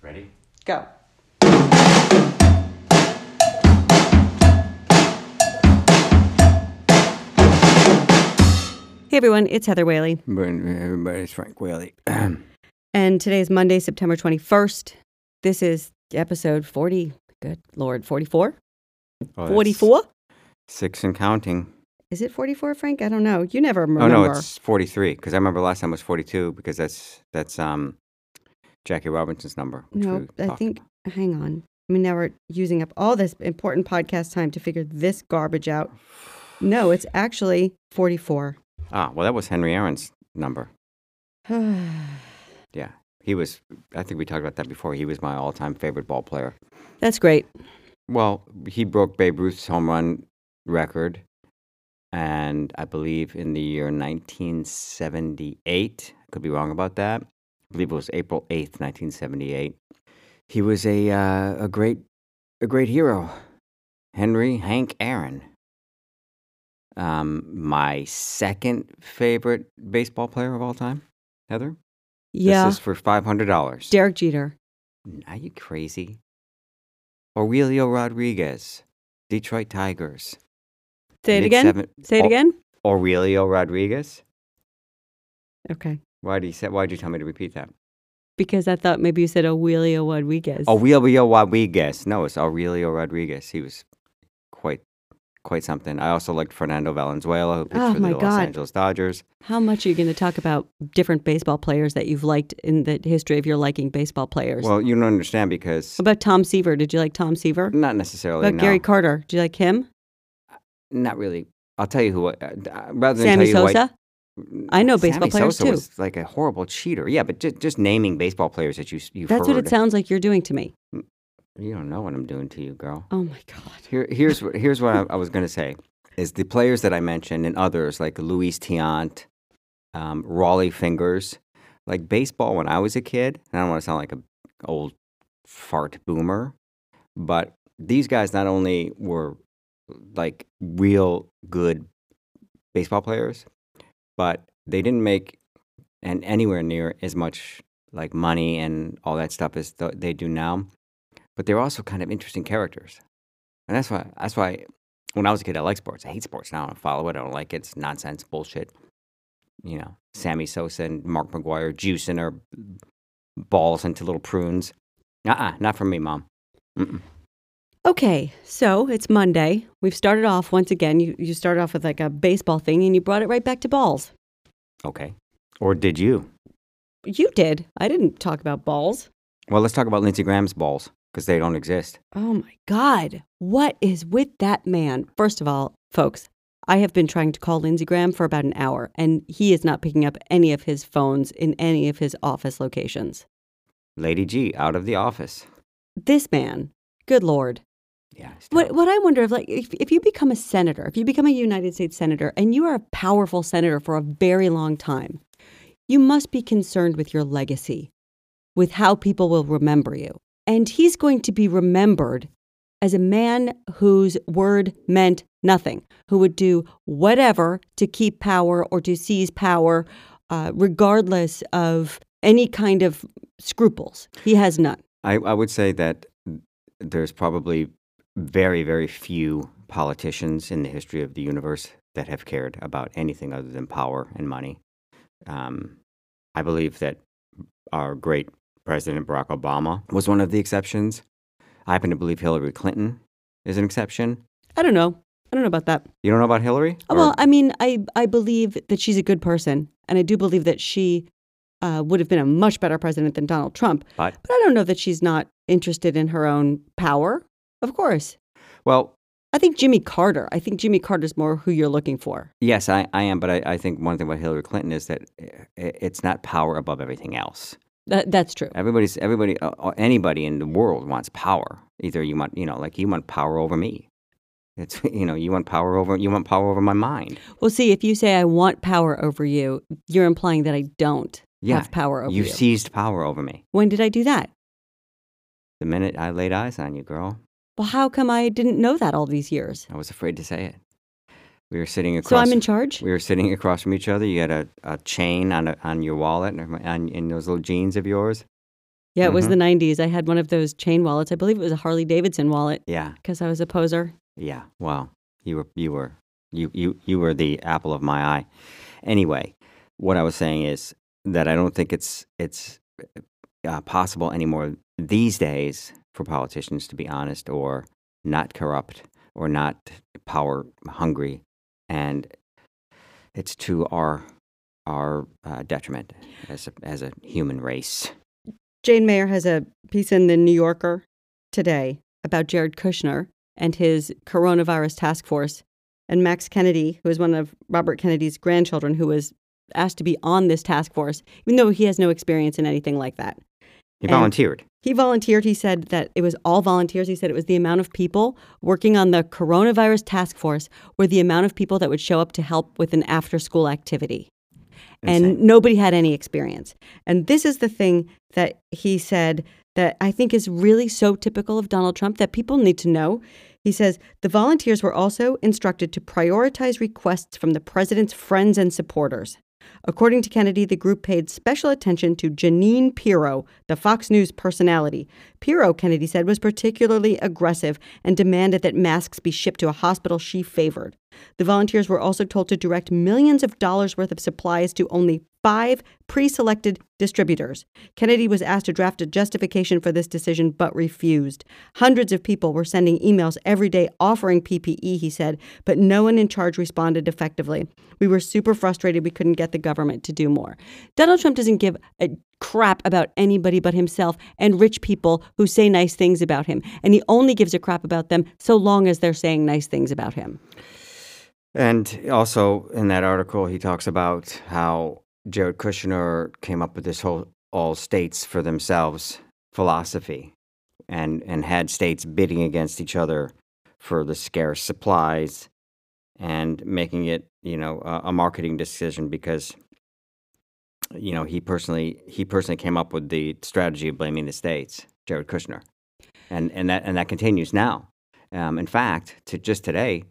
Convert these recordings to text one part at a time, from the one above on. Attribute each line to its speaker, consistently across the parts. Speaker 1: Ready?
Speaker 2: Go. Hey everyone, it's Heather Whaley,
Speaker 3: But everybody's Frank Whaley.
Speaker 2: and today's Monday, September 21st. This is episode 40. Good Lord,
Speaker 3: Oh,
Speaker 2: 44?
Speaker 3: that's
Speaker 2: 44?
Speaker 3: Six and counting.
Speaker 2: Is it 44, Frank? I don't know. You never remember.
Speaker 3: Oh no, it's forty-three. Because I remember last time was forty-two. Because that's that's um Jackie Robinson's number. which
Speaker 2: No,
Speaker 3: we
Speaker 2: I
Speaker 3: talked
Speaker 2: think,
Speaker 3: about.
Speaker 2: hang on. I mean, now we're using up all this important podcast time to figure this garbage out. No, it's actually 44.
Speaker 3: Ah, well, that was Henry Aaron's number.
Speaker 2: That's
Speaker 3: Yeah, he was. I think we talked about that before. He was my all-time favorite ball player.
Speaker 2: great.
Speaker 3: Well, he broke Babe Ruth's home run record, and I believe in the year 1978. I could be wrong about that. I believe it was April 8th, 1978. He was a uh, a great a great hero, Henry Hank Aaron. Um, my second favorite baseball player of all time, Heather.
Speaker 2: Yeah.
Speaker 3: This is for five hundred dollars.
Speaker 2: Derek Jeter.
Speaker 3: Are you crazy? Aurelio Rodriguez, Detroit Tigers.
Speaker 2: Say it
Speaker 3: Mid
Speaker 2: again.
Speaker 3: seven- Oh.
Speaker 2: Say it
Speaker 3: Au-
Speaker 2: again.
Speaker 3: Aurelio Rodriguez.
Speaker 2: Okay.
Speaker 3: Why did you say? Why did you tell me to repeat that?
Speaker 2: Because I thought maybe you said Aurelio Rodriguez.
Speaker 3: Aurelio Rodriguez. No, it's Aurelio Rodriguez. He was quite, quite something. I also liked Fernando Valenzuela, who pitched
Speaker 2: Oh,
Speaker 3: for
Speaker 2: my
Speaker 3: the Los
Speaker 2: God.
Speaker 3: Angeles Dodgers.
Speaker 2: How much are you going to talk about different baseball players that you've liked in the history of your liking baseball players?
Speaker 3: Well, you don't understand because
Speaker 2: about Tom Seaver? Did you like Tom Seaver?
Speaker 3: not necessarily.
Speaker 2: about
Speaker 3: no.
Speaker 2: Gary Carter? Did you like him?
Speaker 3: Not really. I'll tell you who. I- Uh, rather than
Speaker 2: Sammy
Speaker 3: tell you who I-
Speaker 2: Sosa? I know
Speaker 3: Sammy
Speaker 2: baseball players,
Speaker 3: Sosa
Speaker 2: too.
Speaker 3: Was like a horrible cheater. Yeah, but just, just naming baseball players that you you
Speaker 2: That's what
Speaker 3: heard.
Speaker 2: it sounds like you're doing to me.
Speaker 3: You don't know what I'm doing to you, girl.
Speaker 2: Oh my God.
Speaker 3: Here, here's what here's what I, I was gonna say is the players that I mentioned and others like Luis Tiant, um, Raleigh Fingers, like baseball when I was a kid. And I don't want to sound like an old fart boomer, but these guys not only were like real good baseball players, but they didn't make and anywhere near as much like money and all that stuff as th- they do now. But they're also kind of interesting characters. And that's why that's why when I was a kid I liked sports. I hate sports now. I don't follow it. I don't like it. It's nonsense, bullshit. You know, Sammy Sosa and Mark McGuire juicing their balls into little prunes. Uh-uh, not for me, mom. Mm-mm.
Speaker 2: Okay, so it's Monday. We've started off once again. You, you started off with like a baseball thing and you brought it right back to balls.
Speaker 3: Okay. Or did you?
Speaker 2: You did. I didn't talk about balls.
Speaker 3: Well, let's talk about Lindsey Graham's balls because they don't exist.
Speaker 2: Oh my God. What is with that man? First of all, folks, I have been trying to call Lindsey Graham for about an hour, and he is not picking up any of his phones in any of his office locations.
Speaker 3: Lady G out of the office.
Speaker 2: This man, good Lord.
Speaker 3: Yeah. it's
Speaker 2: What,
Speaker 3: terrible.
Speaker 2: what I wonder if, like, if, if you become a senator, if you become a United States senator and you are a powerful senator for a very long time, you must be concerned with your legacy, with how people will remember you. And he's going to be remembered as a man whose word meant nothing, who would do whatever to keep power or to seize power, uh, regardless of any kind of scruples. He has none.
Speaker 3: I, I would say that there's probably very, very few politicians in the history of the universe that have cared about anything other than power and money. Um, I believe that our great President Barack Obama was one of the exceptions. I happen to believe Hillary Clinton is an exception.
Speaker 2: I don't know. I don't know about that.
Speaker 3: You don't know about Hillary?
Speaker 2: Oh, Well, I mean, I, I believe that she's a good person, and I do believe that she uh, would have been a much better president than Donald Trump.
Speaker 3: but
Speaker 2: But I don't know that she's not interested in her own power. Of course.
Speaker 3: well,
Speaker 2: I think Jimmy Carter. I think Jimmy Carter's more who you're looking for.
Speaker 3: Yes, I, I am. But I, I think one thing about Hillary Clinton is that i- it's not power above everything else.
Speaker 2: That, that's true.
Speaker 3: Everybody's everybody, uh, uh, anybody in the world wants power. Either you want, you know, like you want power over me. It's you know, you want power over you want power over my mind.
Speaker 2: Well, see, if you say I want power over you, you're implying that I don't
Speaker 3: Yeah,
Speaker 2: have power over you.
Speaker 3: You've seized power over me
Speaker 2: when did I do that?
Speaker 3: the minute I laid eyes on you, girl.
Speaker 2: Well, how come I didn't know that all these years?
Speaker 3: I was afraid to say it. We were sitting across.
Speaker 2: So I'm in charge.
Speaker 3: We were sitting across from each other. You had a, a chain on a, on your wallet and on, in those little jeans of yours.
Speaker 2: Yeah, it was
Speaker 3: Mhm.
Speaker 2: the 90s. I had one of those chain wallets. I believe it was a Harley Davidson wallet
Speaker 3: Yeah.
Speaker 2: because I was a poser.
Speaker 3: Yeah. Wow. You were you were you you you were the apple of my eye. Anyway, what I was saying is that I don't think it's it's uh, possible anymore these days for politicians to be honest or not corrupt or not power hungry, and it's to our our uh, detriment as a, as a human race.
Speaker 2: Jane Mayer has a piece in the New Yorker today about Jared Kushner and his coronavirus task force and Max Kennedy, who is one of Robert Kennedy's grandchildren, who was asked to be on this task force, even though he has no experience in anything like that.
Speaker 3: He
Speaker 2: And-
Speaker 3: volunteered.
Speaker 2: He volunteered. He said that it was all volunteers. He said it was the amount of people working on the coronavirus task force were the amount of people that would show up to help with an after school activity. And
Speaker 3: Insane.
Speaker 2: nobody had any experience. And this is the thing that he said that I think is really so typical of Donald Trump that people need to know. He says the volunteers were also instructed to prioritize requests from the president's friends and supporters. According to Kennedy, the group paid special attention to Janine Pirro, the Fox News personality. Pirro, Kennedy said, was particularly aggressive and demanded that masks be shipped to a hospital she favored. The volunteers were also told to direct millions of dollars worth of supplies to only five pre selected distributors. Kennedy was asked to draft a justification for this decision but refused. Hundreds of people were sending emails every day offering PPE, he said, but no one in charge responded effectively. We were super frustrated we couldn't get the government to do more. Donald Trump doesn't give a crap about anybody but himself and rich people who say nice things about him. And he only gives a crap about them so long as they're saying nice things about him.
Speaker 3: And also in that article, he talks about how Jared Kushner came up with this whole all states for themselves philosophy and, and had states bidding against each other for the scarce supplies and making it, you know, a, a marketing decision because, you know, he personally he personally came up with the strategy of blaming the states, Jared Kushner. And, and, that, and that continues now. Um, in fact, to just today,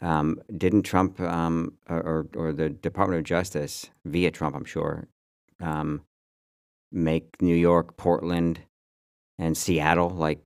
Speaker 3: um, didn't Trump um, or, or or the Department of Justice via Trump, I'm sure, um, make New York, Portland, and Seattle like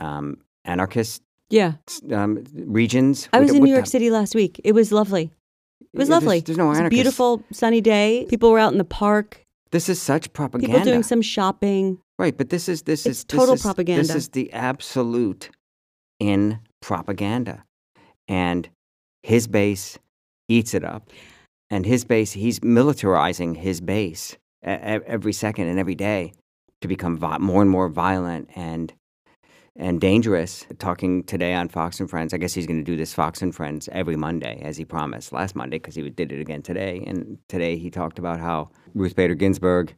Speaker 3: um, anarchist
Speaker 2: Yeah.
Speaker 3: um, regions?
Speaker 2: I
Speaker 3: What
Speaker 2: was
Speaker 3: the-
Speaker 2: in
Speaker 3: what
Speaker 2: New York
Speaker 3: the-
Speaker 2: City last week. It was lovely. It was
Speaker 3: there's-
Speaker 2: lovely.
Speaker 3: There's, no
Speaker 2: It was a
Speaker 3: anarchists.
Speaker 2: beautiful sunny day. People were out in the park.
Speaker 3: This is such propaganda.
Speaker 2: People doing some shopping.
Speaker 3: right, but this is this
Speaker 2: It's
Speaker 3: is
Speaker 2: total
Speaker 3: this is,
Speaker 2: propaganda.
Speaker 3: This is the absolute in propaganda, and his base eats it up. and his base he's militarizing his base e- e- every second and every day to become vi- more and more violent and and dangerous talking today on fox and friends i guess he's going to do this fox and friends every monday as he promised last monday because he did it again today and today he talked about how ruth bader ginsburg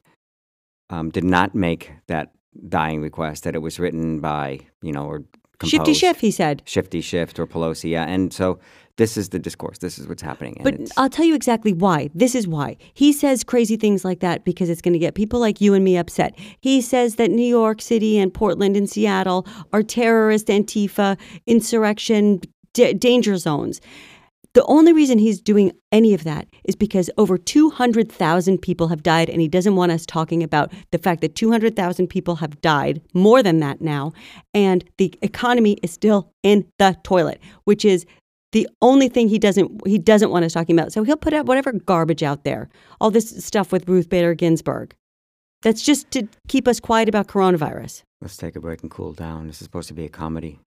Speaker 3: um, did not make that dying request that it was written by you know or
Speaker 2: Shifty
Speaker 3: composed.
Speaker 2: Shift, he said.
Speaker 3: shifty shift or pelosi yeah and so this is the discourse this is what's happening and
Speaker 2: But
Speaker 3: it's-
Speaker 2: I'll tell you exactly why. This is why. He says crazy things like that because it's going to get people like you and me upset. He says that New York City and Portland and Seattle are terrorist, Antifa, insurrection, d- danger zones. The only reason he's doing any of that is because over 200,000 people have died, and he doesn't want us talking about the fact that 200,000 people have died, more than that now, and the economy is still in the toilet, which is the only thing he doesn't he doesn't want us talking about. So he'll put out whatever garbage out there, all this stuff with Ruth Bader Ginsburg. That's just to keep us quiet about coronavirus.
Speaker 3: Let's take a break and cool down. This is supposed to be a comedy.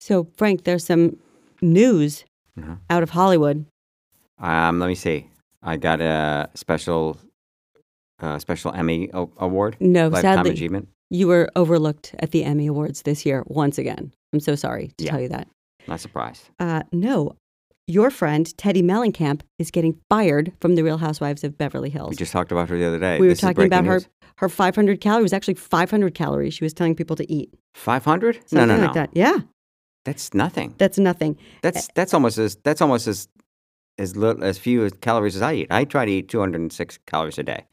Speaker 2: So Frank, there's some news
Speaker 3: Mhm.
Speaker 2: out of Hollywood.
Speaker 3: Um, let me see. I got a special, uh, special Emmy o- award.
Speaker 2: No,
Speaker 3: Lifetime
Speaker 2: sadly,
Speaker 3: achievement.
Speaker 2: You were overlooked at the Emmy Awards this year once again. I'm so sorry to
Speaker 3: Yeah.
Speaker 2: tell you that.
Speaker 3: Not surprised.
Speaker 2: Uh, no, your friend Teddy Mellencamp is getting fired from the Real Housewives of Beverly
Speaker 3: We
Speaker 2: Hills.
Speaker 3: just talked about her the other day.
Speaker 2: we were
Speaker 3: This is
Speaker 2: talking about
Speaker 3: breaking news.
Speaker 2: her her 500 calories. Actually, 500 calories she was telling people to eat.
Speaker 3: 500? No,
Speaker 2: Something
Speaker 3: no, no.
Speaker 2: like that. Eh. Yeah,
Speaker 3: That's nothing.
Speaker 2: that's nothing.
Speaker 3: That's that's almost as that's almost as as little as few as calories as I eat. I try to eat 206 calories a day.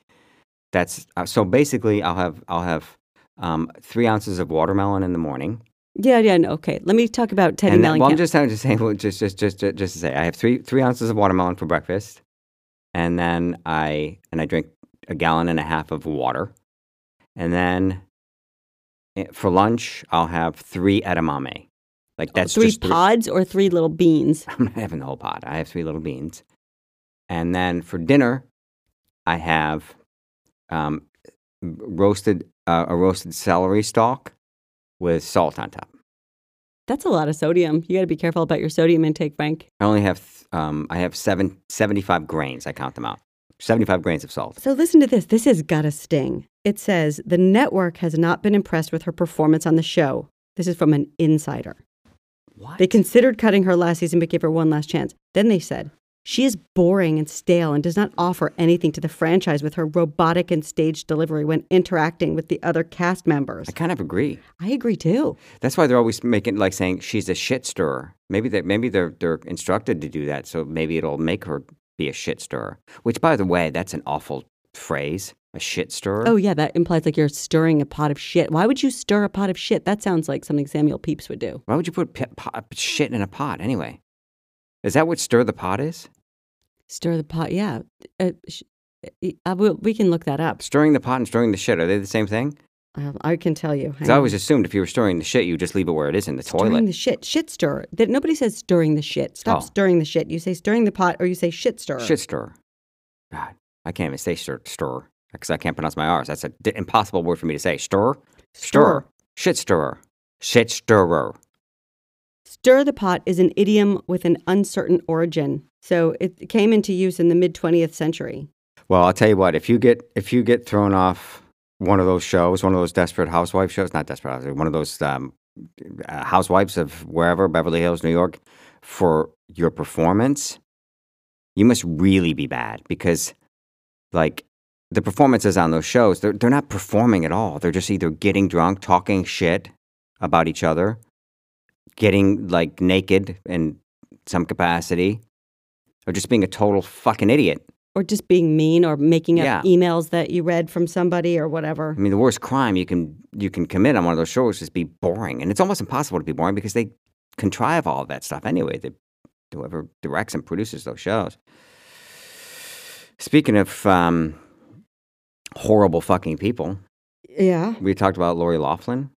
Speaker 3: That's uh, so basically I'll have I'll have um, three ounces of watermelon in the morning.
Speaker 2: Yeah, yeah, no, okay. Let me talk about Teddy
Speaker 3: and that-
Speaker 2: Mellencamp.
Speaker 3: well, I'm just I'm just saying, well, just just just just just to say, I have three three ounces of watermelon for breakfast, and then I and I drink a gallon and a half of water, and then eh, for lunch I'll have three edamame. Like that's
Speaker 2: three
Speaker 3: just
Speaker 2: pods or three little beans.
Speaker 3: I'm not having the whole pot. I have three little beans, and then for dinner, I have um, roasted uh, a roasted celery stalk with salt on top.
Speaker 2: That's a lot of sodium. You got to be careful about your sodium intake, Frank.
Speaker 3: I only have th- um, I have seven, 75 grains. I count them out. 75 grains of salt.
Speaker 2: So listen to this. This has got a sting. It says the network has not been impressed with her performance on the show. This is from an insider.
Speaker 3: What?
Speaker 2: They considered cutting her last season but gave her one last chance. Then they said, she is boring and stale and does not offer anything to the franchise with her robotic and stage delivery when interacting with the other cast members.
Speaker 3: I kind of agree.
Speaker 2: I agree too.
Speaker 3: That's why they're always making like saying she's a shit stirrer. Maybe they maybe they're they're instructed to do that, so maybe it'll make her be a shit stirrer. Which, by the way, that's an awful phrase. A shit stirrer.
Speaker 2: Oh, yeah, that implies like you're stirring a pot of shit. Why would you stir a pot of shit? That sounds like something Samuel Pepys would do.
Speaker 3: Why would you put pi pot, shit in a pot anyway? Is that what stir the pot is?
Speaker 2: Stir the pot, yeah. Uh, sh- uh, we, we can look that up.
Speaker 3: Stirring the pot and stirring the shit are they the same thing?
Speaker 2: Um, I can tell you.
Speaker 3: Because I always assumed if you were stirring the shit, you just leave it where it is in the
Speaker 2: Stirring
Speaker 3: toilet.
Speaker 2: the shit. Shit stirrer. That nobody says stirring the shit. Stop
Speaker 3: Oh.
Speaker 2: stirring the shit. You say stirring the pot or you say shit stirrer.
Speaker 3: Shit stirrer. God, I can't even say stir, stir because I can't pronounce my R's. That's an impossible word for me to say. Stir, stir, shit stirrer, shit stirrer.
Speaker 2: Stir the pot is an idiom with an uncertain origin. So it came into use in the mid 20th century.
Speaker 3: Well, I'll tell you what. If you get if you get thrown off one of those shows, one of those Desperate Housewives shows, not Desperate Housewives, one of those um, uh, housewives of wherever Beverly Hills, New York, for your performance, you must really be bad because, like, the performances on those shows, they're they're not performing at all. They're just either getting drunk, talking shit about each other, getting like naked in some capacity, or just being a total fucking idiot.
Speaker 2: Or just being mean or making up
Speaker 3: Yeah.
Speaker 2: emails that you read from somebody or whatever.
Speaker 3: I mean, the worst crime you can you can commit on one of those shows is be boring, and it's almost impossible to be boring because they contrive all of that stuff anyway. They, whoever directs and produces those shows. Speaking of um, horrible fucking people,
Speaker 2: Yeah.
Speaker 3: we talked about Lori Laughlin.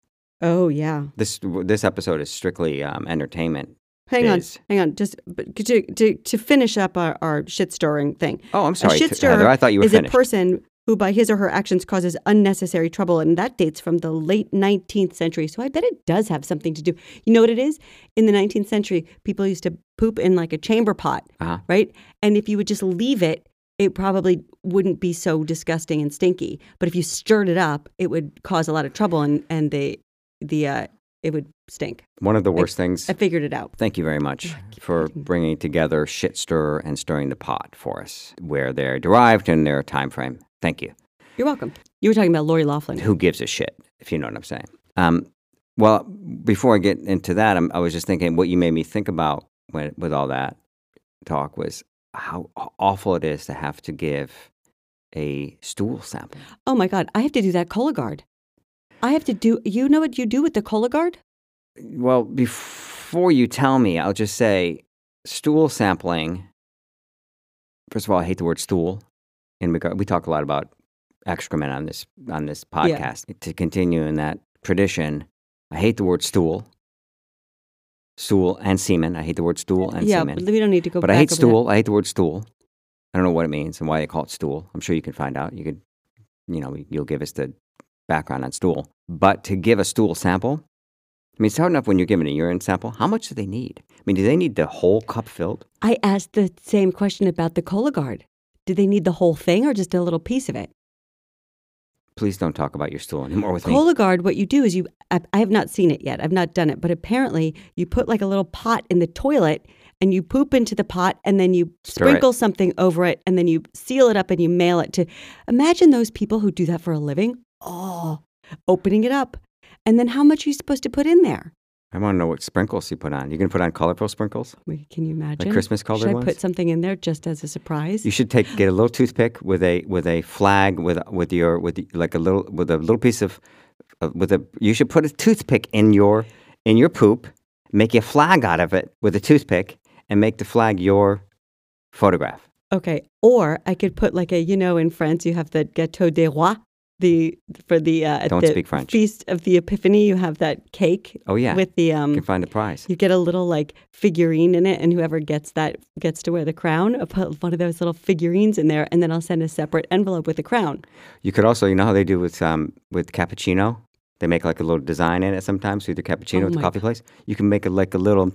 Speaker 2: Oh, yeah.
Speaker 3: This this episode is strictly um, entertainment.
Speaker 2: Hang
Speaker 3: biz.
Speaker 2: on. Hang on. Just but to, to, to finish up our, our shit stirring thing.
Speaker 3: Oh, I'm sorry,
Speaker 2: a shit
Speaker 3: T-
Speaker 2: stirrer
Speaker 3: Heather. I thought you were
Speaker 2: is
Speaker 3: finished.
Speaker 2: a person who, by his or her actions, causes unnecessary trouble, and that dates from the late 19th century. So I bet it does have something to do. You know what it is? In the 19th century, people used to poop in like a chamber pot,
Speaker 3: Uh-huh.
Speaker 2: right? And if you would just leave it, it probably wouldn't be so disgusting and stinky. But if you stirred it up, it would cause a lot of trouble, and and the the uh, it would stink.
Speaker 3: one of the worst things.
Speaker 2: I figured it out.
Speaker 3: Thank you very much for bringing together shit stir and stirring the pot for us, where they're derived and their time frame. Thank you.
Speaker 2: You're welcome. You were talking about Lori Laughlin.
Speaker 3: Who gives a shit, if you know what I'm saying? Um, well, before I get into that, I'm, I was just thinking what you made me think about when, with all that talk was how awful it is to have to give a stool sample.
Speaker 2: Oh my God, I have to do that Cologuard. I have to do, you know what you do with the Cologuard?
Speaker 3: Well, before you tell me, I'll just say stool sampling. First of all, I hate the word stool. In regard, we talk a lot about excrement on this on this podcast. To continue in that tradition, I hate the word stool. Stool and semen. I hate the word stool and
Speaker 2: yeah,
Speaker 3: semen.
Speaker 2: but we don't need to go
Speaker 3: But
Speaker 2: back
Speaker 3: I hate
Speaker 2: over that.
Speaker 3: stool. I hate the word stool. I don't know what it means and why they call it stool. I'm sure you can find out. You could, you know, you'll give us the background on stool. But to give a stool sample, I mean, it's hard enough when you're giving a urine sample. How much do they need? I mean, do they need the whole cup filled?
Speaker 2: I asked the same question about the Cologuard. Do they need the whole thing or just a little piece of it?
Speaker 3: Please don't talk about your stool anymore with me.
Speaker 2: Cologuard, what you do is you, I, I have not seen it yet. I've not done it, but apparently you put like a little pot in the toilet and you poop into the pot and then you
Speaker 3: Stir it.
Speaker 2: sprinkle something over it and then you seal it up and you mail it to. Imagine those people who do that for a living. Oh, opening it up. And then how much are you supposed to put in there?
Speaker 3: I want to know what sprinkles you put on. You're going to put on colorful sprinkles?
Speaker 2: Wait, can you imagine?
Speaker 3: Christmas colored
Speaker 2: Should I
Speaker 3: ones?
Speaker 2: put something in there just as a surprise?
Speaker 3: You should take get a little toothpick with a with a flag with with your with like a little with a little piece of uh, with a you should put a toothpick in your in your poop, make a flag out of it with a toothpick, and make the flag your photograph.
Speaker 2: Okay. Or I could put like a, you know, in France you have the gâteau des rois, the for the uh, at
Speaker 3: Don't
Speaker 2: the
Speaker 3: speak French.
Speaker 2: feast of the Epiphany. You have that cake
Speaker 3: Oh yeah,
Speaker 2: with the
Speaker 3: you
Speaker 2: um.
Speaker 3: can find the prize.
Speaker 2: You get a little like figurine in it, and whoever gets that gets to wear the crown. I'll put one of those little figurines in there, and then I'll send a separate envelope with the crown.
Speaker 3: You could also, you know how they do with um with cappuccino, they make like a little design in it sometimes with the cappuccino
Speaker 2: Oh
Speaker 3: at the
Speaker 2: my
Speaker 3: coffee place. You can make it like a little,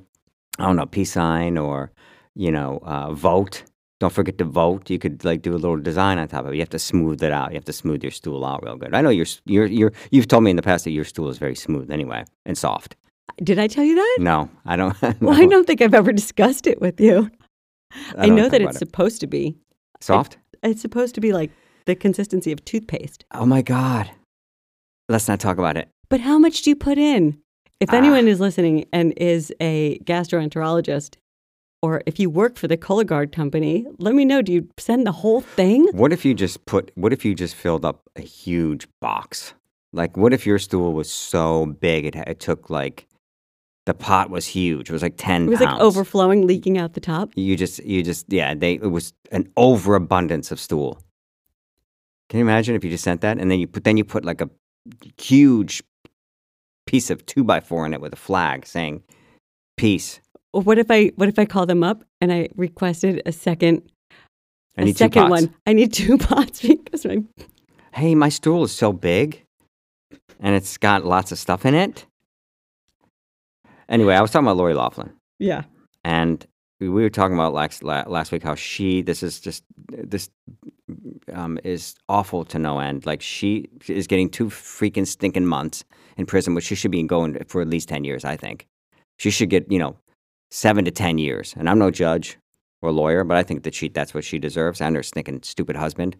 Speaker 3: I don't know, peace sign or you know, uh, vote. Don't forget to vote. You could like do a little design on top of it. You have to smooth it out. You have to smooth your stool out real good. I know your s- your your you've told me in the past that your stool is very smooth anyway and soft.
Speaker 2: Did I tell you that?
Speaker 3: No, I don't.
Speaker 2: Well, I don't think I've ever discussed it with you. I,
Speaker 3: don't
Speaker 2: know that
Speaker 3: talk
Speaker 2: it's
Speaker 3: about it.
Speaker 2: supposed to be.
Speaker 3: soft.
Speaker 2: It's supposed to be like the consistency of toothpaste.
Speaker 3: Oh my god. Let's not talk about it.
Speaker 2: But how much do you put in? If
Speaker 3: Ah.
Speaker 2: anyone is listening and is a gastroenterologist, or if you work for the Cologuard company, let me know. Do you send the whole thing?
Speaker 3: What if you just put, what if you just filled up a huge box? Like, what if your stool was so big it, it took like, the pot was huge. It was like 10
Speaker 2: It was
Speaker 3: pounds.
Speaker 2: like overflowing, leaking out the top.
Speaker 3: You just, you just, yeah, they, it was an overabundance of stool. Can you imagine if you just sent that? And then you put, then you put like a huge piece of two by four in it with a flag saying, peace.
Speaker 2: Or What if I what if I call them up and I requested a second
Speaker 3: I
Speaker 2: a
Speaker 3: need two
Speaker 2: second
Speaker 3: pots.
Speaker 2: one? I need two pots because my
Speaker 3: Hey, my stool is so big and it's got lots of stuff in it. Anyway, I was talking about Lori Laughlin
Speaker 2: yeah.
Speaker 3: and we were talking about last, la- last week how she, this is just, this um, is awful to no end. Like she is getting two freaking stinking months in prison, which she should be going for at least 10 years, I think. She should get, you know, seven to 10 years. And I'm no judge or lawyer, but I think that she, that's what she deserves and her stinking stupid husband.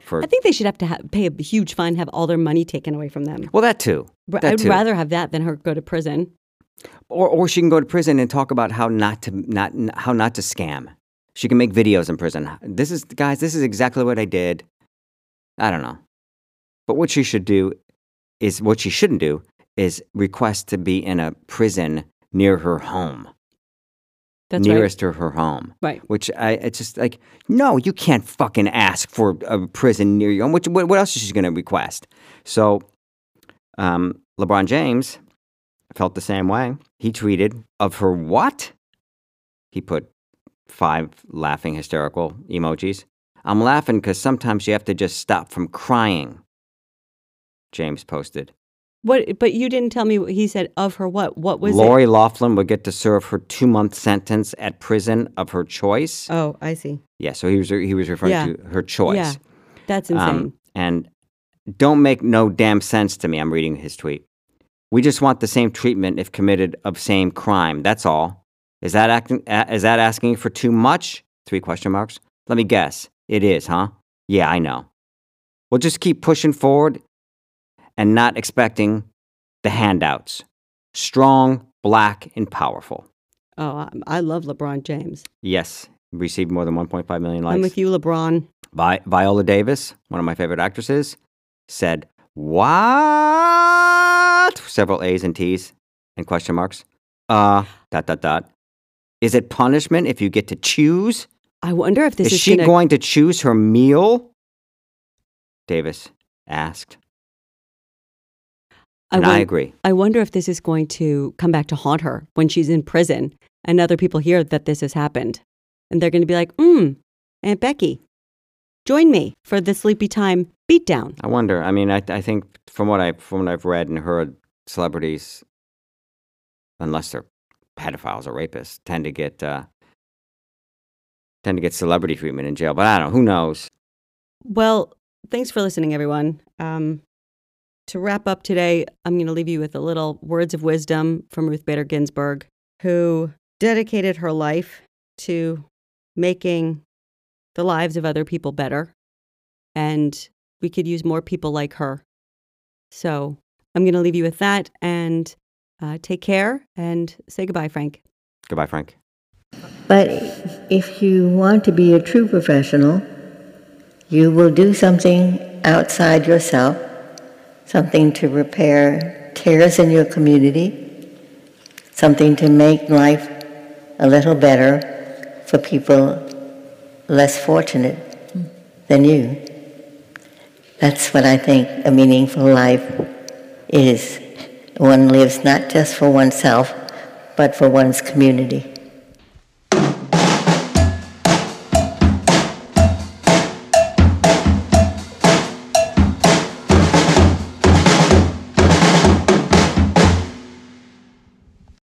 Speaker 3: For,
Speaker 2: I think they should have to ha pay a huge fine, have all their money taken away from them.
Speaker 3: well, that too.
Speaker 2: But
Speaker 3: That
Speaker 2: I'd
Speaker 3: too.
Speaker 2: rather have that than her go to prison.
Speaker 3: or or she can go to prison and talk about how not to not how not to scam. She can make videos in prison. This is guys, this is exactly what I did. I don't know. But what she should do is what she shouldn't do is request to be in a prison near her home,
Speaker 2: That's
Speaker 3: nearest to her home.
Speaker 2: right. Right.
Speaker 3: Which I it's just like no, you can't fucking ask for a prison near your home. Which what, what else is she going to request? So, um, LeBron James felt the same way. He tweeted of her what? He put five laughing hysterical emojis. I'm laughing because sometimes you have to just stop from crying. James posted.
Speaker 2: What? But you didn't tell me what he said of her. What? What was it?
Speaker 3: Lori Laughlin would get to serve her two month sentence at prison of her choice.
Speaker 2: Oh, I see.
Speaker 3: Yeah, so he was he was referring
Speaker 2: Yeah.
Speaker 3: to her choice.
Speaker 2: Yeah, that's
Speaker 3: Um,
Speaker 2: insane.
Speaker 3: and don't make no damn sense to me. I'm reading his tweet. We just want the same treatment if committed of same crime. That's all. Is that acting? a- Is that asking for too much? Three question marks. Let me guess. It is, huh? Yeah, I know. We'll just keep pushing forward and not expecting the handouts. Strong, black, and powerful.
Speaker 2: oh, I, I love LeBron James.
Speaker 3: Yes, received more than 1.5 million likes.
Speaker 2: I'm with you, LeBron.
Speaker 3: Vi- Viola Davis, one of my favorite actresses, said, What? Several A's and T's and question marks. Uh, dot, dot, dot. Is it punishment if you get to choose?
Speaker 2: I wonder if this
Speaker 3: is,
Speaker 2: is,
Speaker 3: she
Speaker 2: gonna-
Speaker 3: going to choose her meal? Davis asked.
Speaker 2: I,
Speaker 3: and I
Speaker 2: won-
Speaker 3: agree.
Speaker 2: I wonder if this is going to come back to haunt her when she's in prison and other people hear that this has happened, and they're going to be like, "Hmm, Aunt Becky, join me for the sleepy time beatdown."
Speaker 3: I wonder. I mean, I, I think from what I from what I've read and heard, celebrities, unless they're pedophiles or rapists, tend to get uh, tend to get celebrity treatment in jail. But I don't. know. Who knows?
Speaker 2: Well, thanks for listening, everyone. Um, to wrap up today, I'm going to leave you with a little words of wisdom from Ruth Bader Ginsburg, who dedicated her life to making the lives of other people better. And we could use more people like her. So I'm going to leave you with that and uh, take care and say goodbye, Frank.
Speaker 3: Goodbye, Frank.
Speaker 1: But if you want to be a true professional, you will do something outside yourself, something to repair tears in your community, something to make life a little better for people less fortunate than you. That's what I think a meaningful life is. One lives not just for oneself, but for one's community.